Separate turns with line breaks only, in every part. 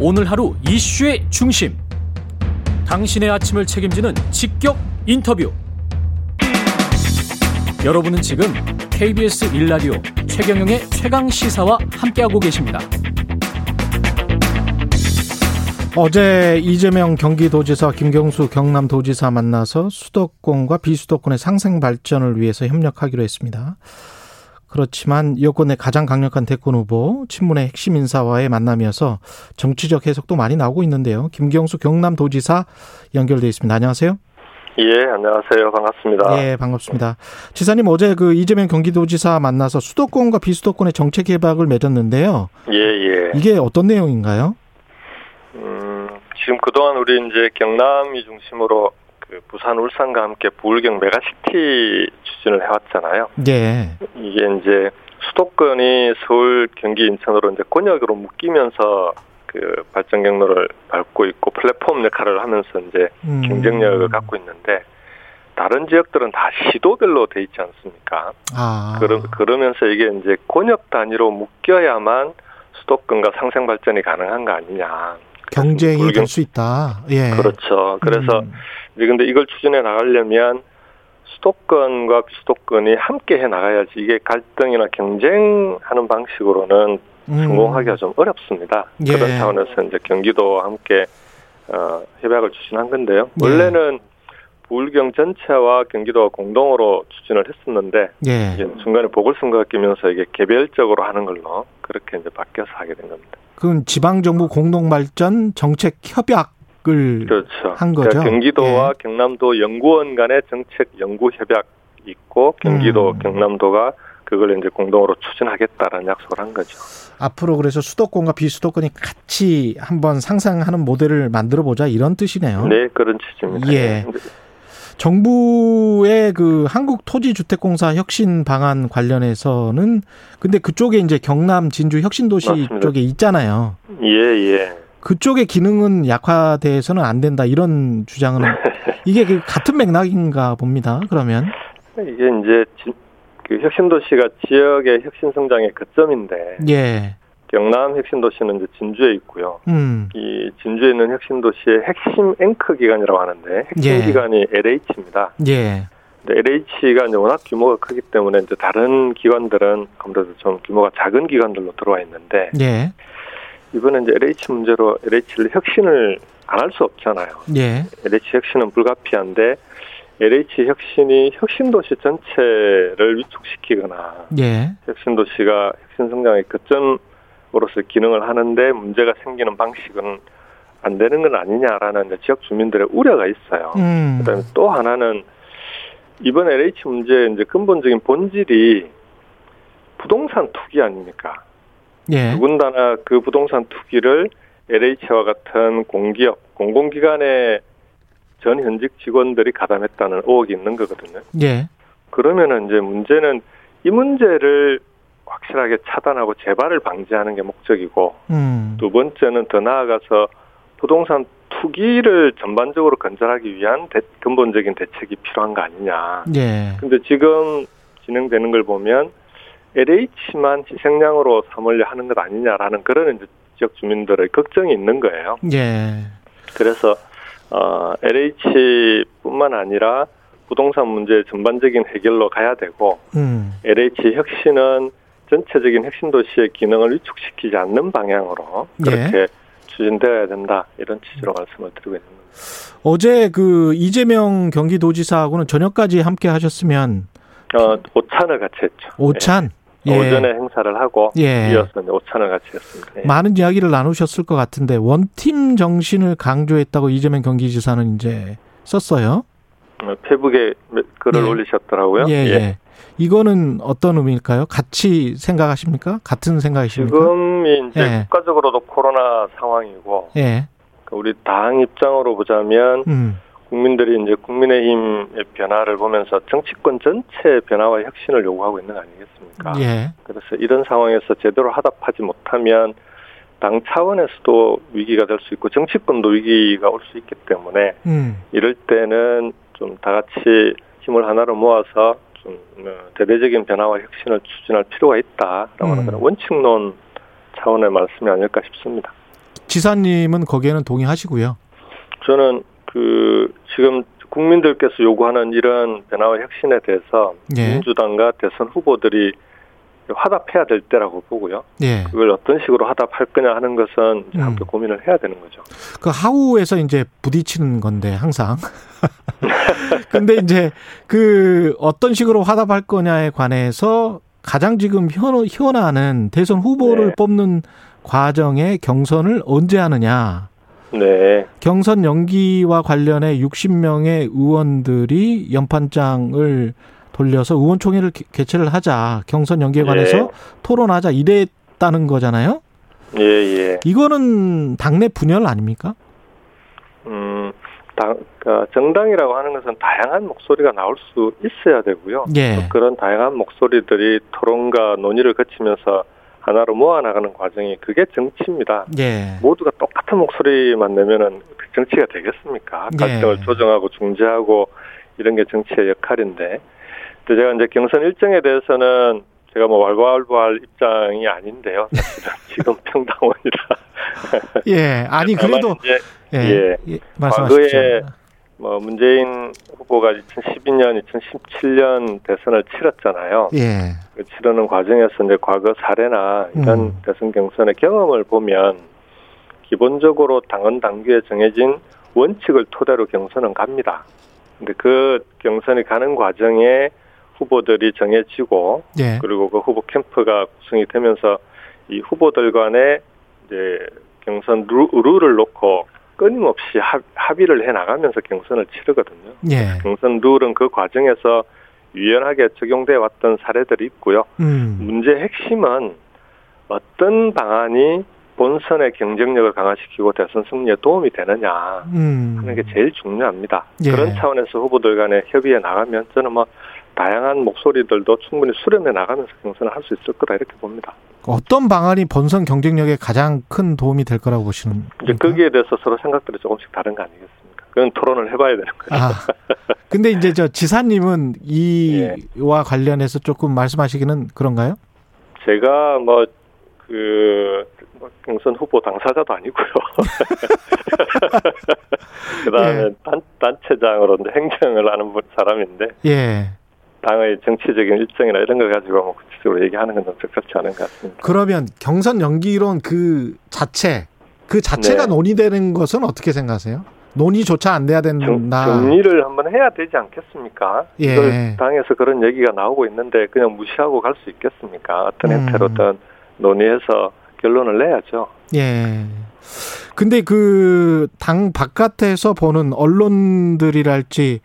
오늘 하루 이슈의 중심. 당신의 아침을 책임지는 직격 인터뷰. 여러분은 지금 KBS 일라디오 최경영의 최강 시사와 함께하고 계십니다.
어제 이재명 경기도지사 김경수 경남도지사 만나서 수도권과 비수도권의 상생 발전을 위해서 협력하기로 했습니다. 그렇지만 여권의 가장 강력한 대권 후보 친문의 핵심 인사와의 만남이어서 정치적 해석도 많이 나오고 있는데요. 김경수 경남도지사 연결돼 있습니다. 안녕하세요.
예, 안녕하세요. 반갑습니다.
예, 반갑습니다. 지사님 어제 그 이재명 경기도지사 만나서 수도권과 비수도권의 정책 협약을 맺었는데요.
예, 예.
이게 어떤 내용인가요?
음, 지금 그동안 우리 이제 경남이 중심으로 그 부산, 울산과 함께 부울경 메가시티 추진을 해왔잖아요.
예.
이게 이제 수도권이 서울, 경기, 인천으로 이제 권역으로 묶이면서 그 발전 경로를 밟고 있고 플랫폼 역할을 하면서 이제
음.
경쟁력을 갖고 있는데 다른 지역들은 다 시도별로 돼 있지 않습니까?
아.
그러, 그러면서 이게 이제 권역 단위로 묶여야만 수도권과 상생 발전이 가능한 거 아니냐.
경쟁이
물경-
될 수 있다. 예.
그렇죠. 그래서
음.
이제 근데 이걸 추진해 나가려면 수도권과 비수도권이 함께 해 나가야지 이게 갈등이나 경쟁하는 방식으로는
음.
성공하기가 좀 어렵습니다.
예.
그런 차원에서 이제 경기도와 함께 어, 협약을 추진한 건데요.
예.
원래는 부울경 전체와 경기도가 공동으로 추진을 했었는데
예.
이제 중간에 보궐선거가 끼면서 이게 개별적으로 하는 걸로 그렇게 이제 바뀌어서 하게 된 겁니다.
그건 지방 정부 공동 발전 정책 협약을
그렇죠.
한 거죠? 예.
그러니까 경기도와 경남도 연구원 간의 정책 연구 협약 이 있고 경기도
음.
경남도가 그걸 이제 공동으로 추진하겠다라는 약속을 한 거죠.
앞으로 그래서 수도권과 비수도권이 같이 한번 상상하는 모델을 만들어 보자 이런 뜻이네요.
네, 그런 취지입니다.
예.
근데
정부의 그 한국토지주택공사 혁신 방안 관련해서는 근데 그쪽에 이제 경남 진주 혁신도시
맞습니다.
쪽에 있잖아요.
예, 예.
그쪽의 기능은 약화돼서는 안 된다 이런 주장은 이게 그 같은 맥락인가 봅니다. 그러면
이게 이제 지- 그 혁신도시가 지역의 혁신성장의 거점인데
예,
경남 혁신도시는 이제 진주에 있고요.
음,
이 진주에 있는 혁신도시의 핵심 앵커 기관이라고 하는데 핵심
예.
기관이 LH입니다.
예,
LH가 이제 워낙 규모가 크기 때문에 이제 다른 기관들은 아무래도 좀 규모가 작은 기관들로 들어와 있는데
예,
이번에 이제 LH 문제로 LH를 혁신을 안 할 수 없잖아요.
예,
LH 혁신은 불가피한데 LH 혁신이 혁신도시 전체를 위축시키거나
예,
혁신도시가 혁신성장의 거점으로서 기능을 하는데 문제가 생기는 방식은 안 되는 건 아니냐라는 이제 지역 주민들의 우려가 있어요.
음,
그다음에 또 하나는 이번 LH 문제의 이제 근본적인 본질이 부동산 투기 아닙니까?
예,
더군다나 그 부동산 투기를 LH와 같은 공기업, 공공기관의 전 현직 직원들이 가담했다는 의혹이 있는 거거든요.
예,
그러면은 이제 문제는 이 문제를 확실하게 차단하고 재발을 방지하는 게 목적이고
음,
두 번째는 더 나아가서 부동산 투기를 전반적으로 건절하기 위한 대- 근본적인 대책이 필요한 거 아니냐.
예,
근데 지금 진행되는 걸 보면 LH만 희생양으로 삼으려 하는 것 아니냐라는 그런 이제 지역 주민들의 걱정이 있는 거예요.
예,
그래서 어, LH뿐만 아니라 부동산 문제의 전반적인 해결로 가야 되고
음,
LH 혁신은 전체적인 혁신 도시의 기능을 위축시키지 않는 방향으로
예.
그렇게 추진되어야 된다 이런 취지로 말씀을 드리고 있는 겁니다.
어제 그 이재명 경기도지사하고는 저녁까지 함께 하셨으면
어, 오찬을 같이 했죠.
오찬,
예.
예,
오전에 행사를 하고
예.
이어서 이제 오찬을 같이 했습니다. 예.
많은 이야기를 나누셨을 것 같은데 원팀 정신을 강조했다고 이재명 경기지사는 이제 썼어요.
어, 페북에 글을
예.
올리셨더라고요.
예, 예. 이거는 어떤 의미일까요? 같이 생각하십니까? 같은 생각이십니까?
지금이 이제
예.
국가적으로도 코로나 상황이고
예.
그 우리 당 입장으로 보자면
음.
국민들이 이제 국민의힘의 변화를 보면서 정치권 전체의 변화와 혁신을 요구하고 있는 거 아니겠습니까?
예.
그래서 이런 상황에서 제대로 하답하지 못하면 당 차원에서도 위기가 될 수 있고 정치권도 위기가 올 수 있기 때문에
음.
이럴 때는 좀 다 같이 힘을 하나로 모아서 좀 어, 대대적인 변화와 혁신을 추진할 필요가 있다라고 하는
음.
그런 원칙론 차원의 말씀이 아닐까 싶습니다.
지사님은 거기에는 동의하시고요.
저는 그 지금 국민들께서 요구하는 이런 변화와 혁신에 대해서
예.
민주당과 대선 후보들이 화답해야 될 때라고 보고요.
예.
그걸 어떤 식으로 화답할 거냐 하는 것은 이제
음.
함께 고민을 해야 되는 거죠.
그 하우에서 이제 부딪히는 건데 항상. 근데 이제 그 어떤 식으로 화답할 거냐에 관해서 가장 지금 현, 현안은 대선 후보를
네.
뽑는 과정에 경선을 언제 하느냐.
네,
경선 연기와 관련해 60명의 의원들이 연판장을 돌려서 의원총회를 개- 개최를 하자. 경선 연기에 관해서
네.
토론하자 이랬다는 거잖아요.
예, 예.
이거는 당내 분열 아닙니까?
음, 당, 그러니까 정당이라고 하는 것은 다양한 목소리가 나올 수 있어야 되고요.
예.
그런 다양한 목소리들이 토론과 논의를 거치면서 하나로 모아나가는 과정이 그게 정치입니다.
예.
모두가 똑같은 목소리만 내면은 그 정치가 되겠습니까?
네.
갈등을 조정하고 중재하고 이런 게 정치의 역할인데. 또 제가 이제 경선 일정에 대해서는 제가 뭐 왈가왈부할 입장이 아닌데요. 사실은 지금 평당원이라.
예. 아니 그래도
다만 이제
예. 예. 말씀하십시오.
과거에 뭐 문재인 후보가 2012년, 2017년 대선을 치렀잖아요.
예.
그 치르는 과정에서 이제 과거 사례나 이런
음.
대선 경선의 경험을 보면 기본적으로 당헌 당규에 정해진 원칙을 토대로 경선은 갑니다. 근데 그 경선이 가는 과정에 후보들이 정해지고
예.
그리고 그 후보 캠프가 구성이 되면서 이 후보들 간의 이제 경선 루, 룰을 놓고 끊임없이 합, 합의를 해 나가면서 경선을 치르거든요.
예.
경선 룰은 그 과정에서 유연하게 적용돼 왔던 사례들이 있고요.
음.
문제 핵심은 어떤 방안이 본선의 경쟁력을 강화시키고 대선 승리에 도움이 되느냐
음.
하는 게 제일 중요합니다.
예.
그런 차원에서 후보들 간에 협의해 나가면 저는 뭐 다양한 목소리들도 충분히 수렴해 나가면서 경선을 할 수 있을 거다 이렇게 봅니다.
어떤 방안이 본선 경쟁력에 가장 큰 도움이 될 거라고 보시는
이제
겁니까?
거기에 대해서 서로 생각들이 조금씩 다른 거 아니겠습니까? 그건 토론을 해봐야 되는 거죠.
아. 근데 이제 저 지사님은 이와
예.
관련해서 조금 말씀하시기는 그런가요?
제가 뭐 그 경선 후보 당사자도 아니고요. 그다음에
예.
단, 단체장으로 이제 행정을 하는 분- 사람인데
예.
당의 정치적인 일정이나 이런 걸 가지고 뭐 구체적으로 얘기하는 건 좀 적절치 않은 것 같습니다.
그러면 경선 연기론 그 자체 그 자체가
네.
논의되는 것은 어떻게 생각하세요? 논의조차 안 돼야
정,
된다.
정리를 한번 해야 되지 않겠습니까?
음, 예.
이걸 당에서 그런 얘기가 나오고 있는데 그냥 무시하고 갈 수 있겠습니까? 어떤
음.
형태로든 논의해서 결론을 내야죠.
예. 근데 그 당 바깥에서 보는 언론들이랄지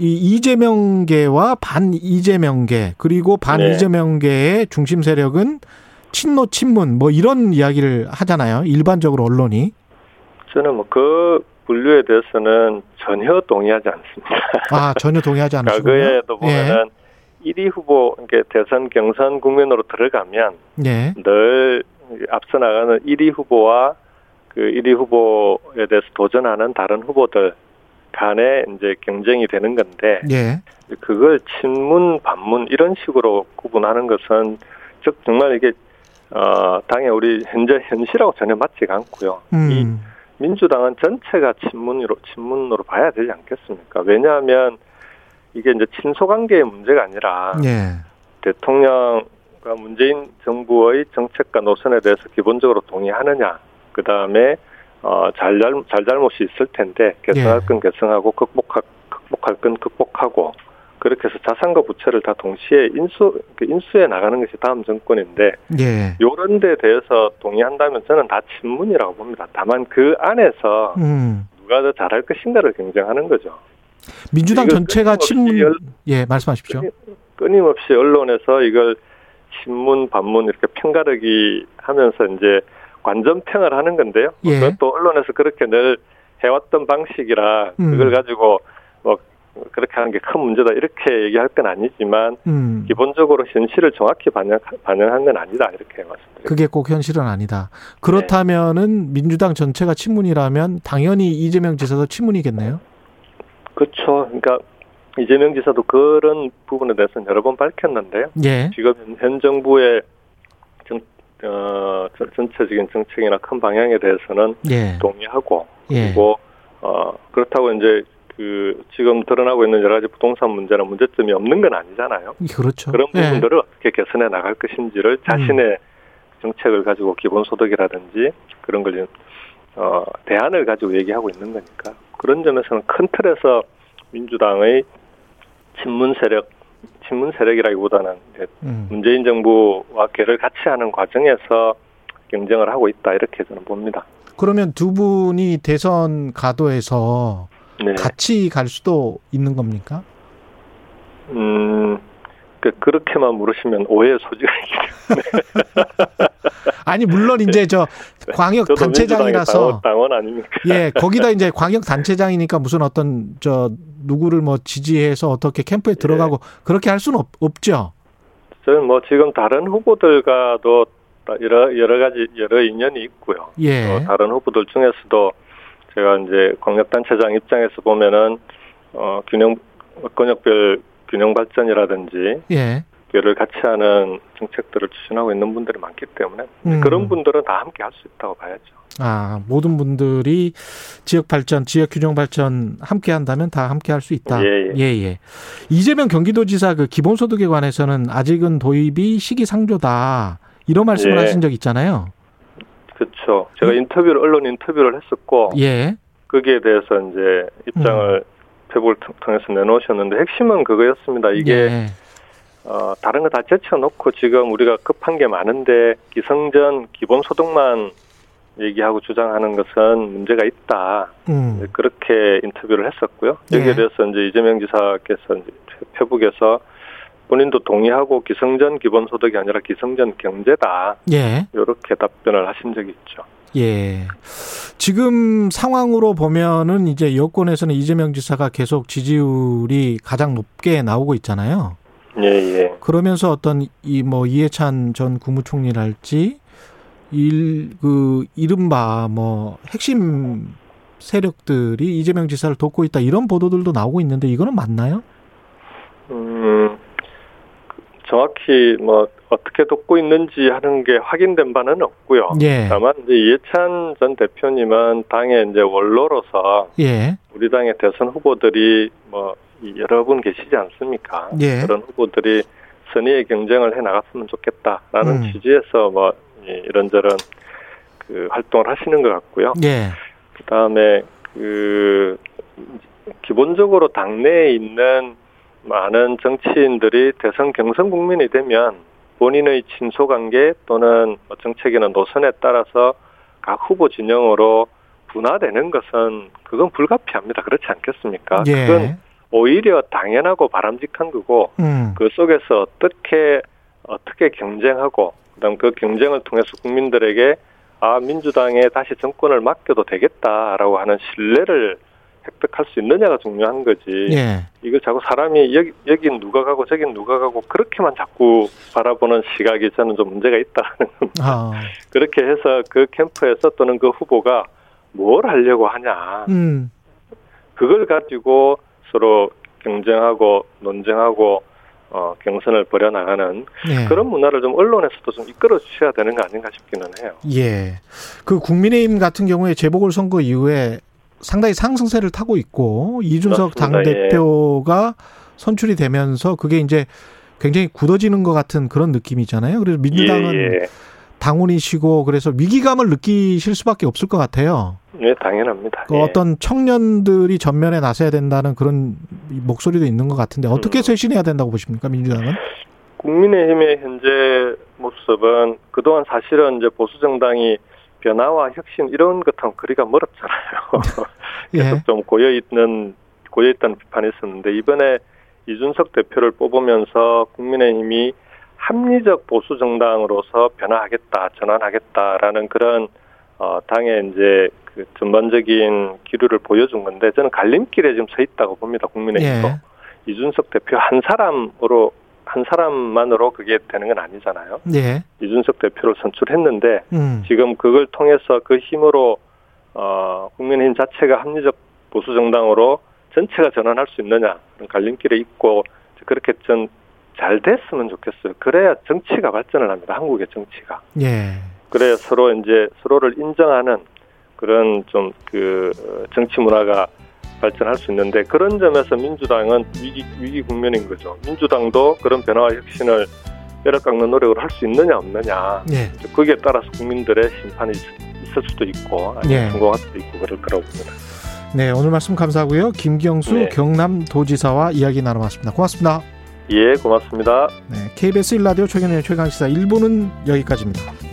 이 이재명계와 반 이재명계 그리고 반
네.
이재명계의 중심 세력은 친노 친문 뭐 이런 이야기를 하잖아요. 일반적으로 언론이.
저는 뭐 그 분류에 대해서는 전혀 동의하지 않습니다.
아, 전혀 동의하지 않으시고요. 예.
과거에도 보면은 1위 후보 이렇게 대선 경선 국면으로 들어가면
예. 예.
늘 앞서 나가는 1위 후보와 그 1위 후보에 대해서 도전하는 다른 후보들 간에 이제 경쟁이 되는 건데
예.
그걸 친문 반문 이런 식으로 구분하는 것은 즉 정말 이게 어 당의 우리 현재 현실하고 전혀 맞지가 않고요. 이
음.
민주당은 전체가 친문으로 친문으로 봐야 되지 않겠습니까? 왜냐하면 이게 이제 친소 관계의 문제가 아니라
예.
대통령과 문재인 정부의 정책과 노선에 대해서 기본적으로 동의하느냐, 그 다음에 어, 잘잘 잘잘못이 있을 텐데 개선할
예.
건 개선하고 극복할 극복할 건 극복하고 그렇게 해서 자산과 부채를 다 동시에 인수 그 인수해 나가는 것이 다음 정권인데
예.
요런 데 대해서 동의한다면 저는 다 친문이라고 봅니다. 다만 그 안에서
음.
누가 더 잘할 것인가를 경쟁하는 거죠.
민주당
이거
전체가
끊임없이
친문
열-
예, 말씀하십시오.
끊임없이 언론에서 이걸 신문, 반문 이렇게 편가르기 하면서 이제 관전평을 하는 건데요.
예.
그것도 언론에서 그렇게 늘 해왔던 방식이라
음.
그걸 가지고 뭐 그렇게 하는 게 큰 문제다 이렇게 얘기할 건 아니지만
음.
기본적으로 현실을 정확히 반영, 반영한 건 아니다 이렇게 말씀드립니다.
그게 꼭 현실은 아니다.
네.
그렇다면은 민주당 전체가 친문이라면 당연히 이재명 지사도 친문이겠네요.
그렇죠. 그러니까 이재명 지사도 그런 부분에 대해서는 여러 번 밝혔는데요.
예.
지금 현 정부의 정- 어, 전- 전체적인 정책이나 큰 방향에 대해서는
예.
동의하고
예.
그리고 어, 그렇다고 이제 그 지금 드러나고 있는 여러 가지 부동산 문제나 문제점이 없는 건 아니잖아요.
그렇죠.
그런
예. 음.
부분들을 어떻게 개선해 나갈 것인지를 자신의 정책을 가지고 기본소득이라든지 그런 걸 이제, 어, 대안을 가지고 얘기하고 있는 거니까 그런 점에서는 큰 틀에서 민주당의 친문 세력 친문 세력이라기보다는 예, 이제
음.
문재인 정부와 개를 같이 하는 과정에서 경쟁을 하고 있다 이렇게 저는 봅니다.
그러면 두 분이 대선 가도에서
네.
같이 갈 수도 있는 겁니까?
음, 그, 그렇게만 물으시면 오해 의 소지가 있죠.
아니 물론 이제 저 광역
네. 저도 민주당의
단체장이라서
당원, 당원 아닙니까?
예 거기다 이제 광역 단체장이니까 무슨 어떤 저 누구를 뭐 지지해서 어떻게 캠프에
네.
들어가고 그렇게 할 수는 없, 없죠.
저는 뭐 지금 다른 후보들과도 다 여러, 여러 가지, 여러 인연이 있고요. 또
예.
어, 다른 후보들 중에서도 제가 이제 광역단체장 입장에서 보면은, 어, 균형, 권역별 균형 발전이라든지,
예.
개를 같이 하는 정책들을 추진하고 있는 분들이 많기 때문에
음.
그런 분들은 다 함께 할 수 있다고 봐야죠.
아, 모든 분들이 지역 발전, 지역 균형 발전 함께 한다면 다 함께 할 수 있다.
예,
예, 예. 이재명 경기도지사 그 기본소득에 관해서는 아직은 도입이 시기상조다. 이런 말씀을
예.
하신 적 있잖아요.
그렇죠. 제가 인터뷰를 언론 인터뷰를 했었고
음. 예. 음.
거기에 대해서 이제 입장을 페북을 통- 통해서 내놓으셨는데 핵심은 그거였습니다. 이게
예.
어, 다른 거 다 제쳐놓고 지금 우리가 급한 게 많은데 기성전 기본소득만 얘기하고 주장하는 것은 문제가 있다.
음.
네, 그렇게 인터뷰를 했었고요.
예.
여기에 대해서 이제 이재명 지사께서 이제 페북에서 본인도 동의하고 기성전 기본소득이 아니라 기성전 경제다.
예.
이렇게 답변을 하신 적이 있죠.
예. 지금 상황으로 보면은 이제 여권에서는 이재명 지사가 계속 지지율이 가장 높게 나오고 있잖아요.
예, 예.
그러면서 어떤 이 뭐 이해찬 전 국무총리랄지 일 그 이른바 뭐 핵심 세력들이 이재명 지사를 돕고 있다 이런 보도들도 나오고 있는데 이거는 맞나요?
음, 그- 정확히 뭐 어떻게 돕고 있는지 하는 게 확인된 바는 없고요.
예.
다만 이제 이해찬 전 대표님은 당의 이제 원로로서
예.
우리 당의 대선 후보들이 뭐 이- 여러 분 계시지 않습니까?
예.
그런 후보들이 선의의 경쟁을 해 나갔으면 좋겠다라는
음.
취지에서 뭐 이- 이런저런 그 활동을 하시는 것 같고요.
예.
그다음에 그 기본적으로 당내에 있는 많은 정치인들이 대선 경선 국민이 되면 본인의 친소 관계 또는 뭐 정책이나 노선에 따라서 각 후보 진영으로 분화되는 것은 그건 불가피합니다. 그렇지 않겠습니까? 아, 그건
예.
오히려 당연하고 바람직한 거고
음.
그 속에서 어떻게 어떻게 경쟁하고 그다음 그 경쟁을 통해서 국민들에게 아 민주당에 다시 정권을 맡겨도 되겠다라고 하는 신뢰를 획득할 수 있느냐가 중요한 거지.
예.
이거 자꾸 사람이 여기 여긴 누가 가고 저긴 누가 가고 그렇게만 자꾸 바라보는 시각이 저는 좀 문제가 있다는 겁니다.
아.
그렇게 해서 그 캠프에서 또는 그 후보가 뭘 하려고 하냐
음.
그걸 가지고 서로 경쟁하고 논쟁하고 어, 경선을 벌여나가는
예.
그런 문화를 좀 언론에서도 좀 이끌어 주셔야 되는 거 아닌가 싶기는 해요.
예. 그 국민의힘 같은 경우에 재보궐 선거 이후에 상당히 상승세를 타고 있고 이준석 당
그렇습니다.
대표가 선출이 되면서 그게 이제 굉장히 굳어지는 것 같은 그런 느낌이잖아요. 그래서 민주당은
예,
당원이시고 그래서 위기감을 느끼실 수밖에 없을 것 같아요.
예. 예, 당연합니다.
그
예.
어떤 청년들이 전면에 나서야 된다는 그런 목소리도 있는 것 같은데 어떻게
음.
쇄신해야 된다고 보십니까 민주당은?
예. 국민의힘의 현재 모습은 그동안 사실은 이제 보수 정당이 변화와 혁신 이런 것하고 거리가 멀었잖아요.
예,
계속 좀 고여 있는 고여 있다는 비판이 있었는데 이번에 이준석 대표를 뽑으면서 국민의힘이 합리적 보수 정당으로서 변화하겠다, 전환하겠다라는 그런 어, 당의 이제 그 전반적인 기류를 보여준 건데 저는 갈림길에 지금 서 있다고 봅니다. 국민의힘도
예,
이준석 대표 한 사람으로 한 사람만으로 그게 되는 건 아니잖아요.
예,
이준석 대표를 선출했는데
음,
지금 그걸 통해서 그 힘으로 어, 국민의힘 자체가 합리적 보수 정당으로 전체가 전환할 수 있느냐 그런 갈림길에 있고 그렇게 전 잘 됐으면 좋겠어요. 그래야 정치가 발전을 합니다. 한국의 정치가.
예.
그래 서로 이제 서로를 인정하는 그런 좀 그 정치 문화가 발전할 수 있는데 그런 점에서 민주당은 위기 위기 국면인 거죠. 민주당도 그런 변화와 혁신을 뼈를 깎는 노력을 할 수 있느냐 없느냐
예.
거기에 따라서 국민들의 심판이 있- 있을 수도 있고 아니면
예.
성공할 수도 있고 그럴 거라고 봅니다.
네, 오늘 말씀 감사하고요. 김경수
네.
경남도지사와 이야기 나눠봤습니다. 고맙습니다.
예, 고맙습니다.
네, KBS 1라디오 최경영의 최강시사 1부는 여기까지입니다.